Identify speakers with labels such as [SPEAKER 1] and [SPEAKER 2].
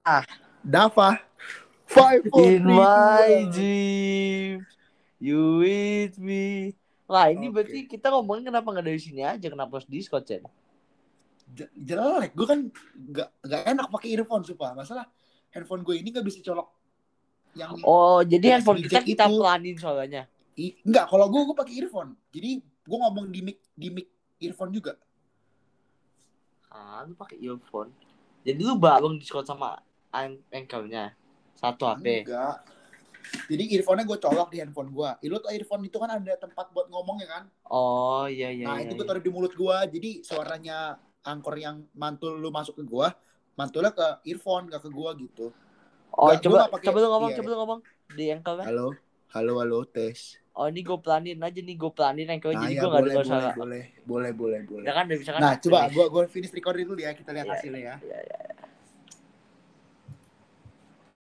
[SPEAKER 1] Ah, Dafa. Five, four,
[SPEAKER 2] In
[SPEAKER 1] three,
[SPEAKER 2] my
[SPEAKER 1] two, one.
[SPEAKER 2] Jeep, you with me. Lah ini
[SPEAKER 1] Oke.
[SPEAKER 2] berarti kita ngomongin kenapa nggak dari sini aja, kenapa harus Discord, Chen?
[SPEAKER 1] Je- jelek. Gue kan gak, gak enak pakai earphone sumpah. Masalah handphone gue ini gak bisa colok yang
[SPEAKER 2] Oh,
[SPEAKER 1] Yang
[SPEAKER 2] jadi handphone kita
[SPEAKER 1] sedikit
[SPEAKER 2] kita
[SPEAKER 1] itu.
[SPEAKER 2] pelanin soalnya.
[SPEAKER 1] I- enggak kalau gue gue pakai earphone jadi gue ngomong di mic di mic earphone juga
[SPEAKER 2] Ah, lu pakai earphone. Jadi lu bareng Discord sama an- anchornya satu HP.
[SPEAKER 1] enggak jadi earphone-nya gue colok di handphone gue Eh, lu tau earphone itu kan ada tempat buat ngomong ya kan
[SPEAKER 2] Oh iya iya.
[SPEAKER 1] nah
[SPEAKER 2] iya,
[SPEAKER 1] itu gue
[SPEAKER 2] iya.
[SPEAKER 1] taruh di mulut gue jadi suaranya angkor yang mantul lu masuk ke gue mantulnya ke earphone gak ke gue gitu
[SPEAKER 2] Oh
[SPEAKER 1] Nggak, gua
[SPEAKER 2] coba
[SPEAKER 1] nggak pakai-
[SPEAKER 2] coba lu ngomong
[SPEAKER 1] iya,
[SPEAKER 2] coba lu ngomong di anchornya.
[SPEAKER 1] halo halo halo tes
[SPEAKER 2] Oh ini gue pelanin aja nih gue pelanin anchornya
[SPEAKER 1] nah,
[SPEAKER 2] jadi
[SPEAKER 1] ya,
[SPEAKER 2] gue nggak
[SPEAKER 1] boleh,
[SPEAKER 2] dengar
[SPEAKER 1] boleh,
[SPEAKER 2] suara.
[SPEAKER 1] boleh Nah, boleh boleh boleh
[SPEAKER 2] Ya kan udah bisa kan.
[SPEAKER 1] nah coba gue gue finish recording dulu ya kita lihat
[SPEAKER 2] Iya,
[SPEAKER 1] hasilnya ya
[SPEAKER 2] Iya, iya.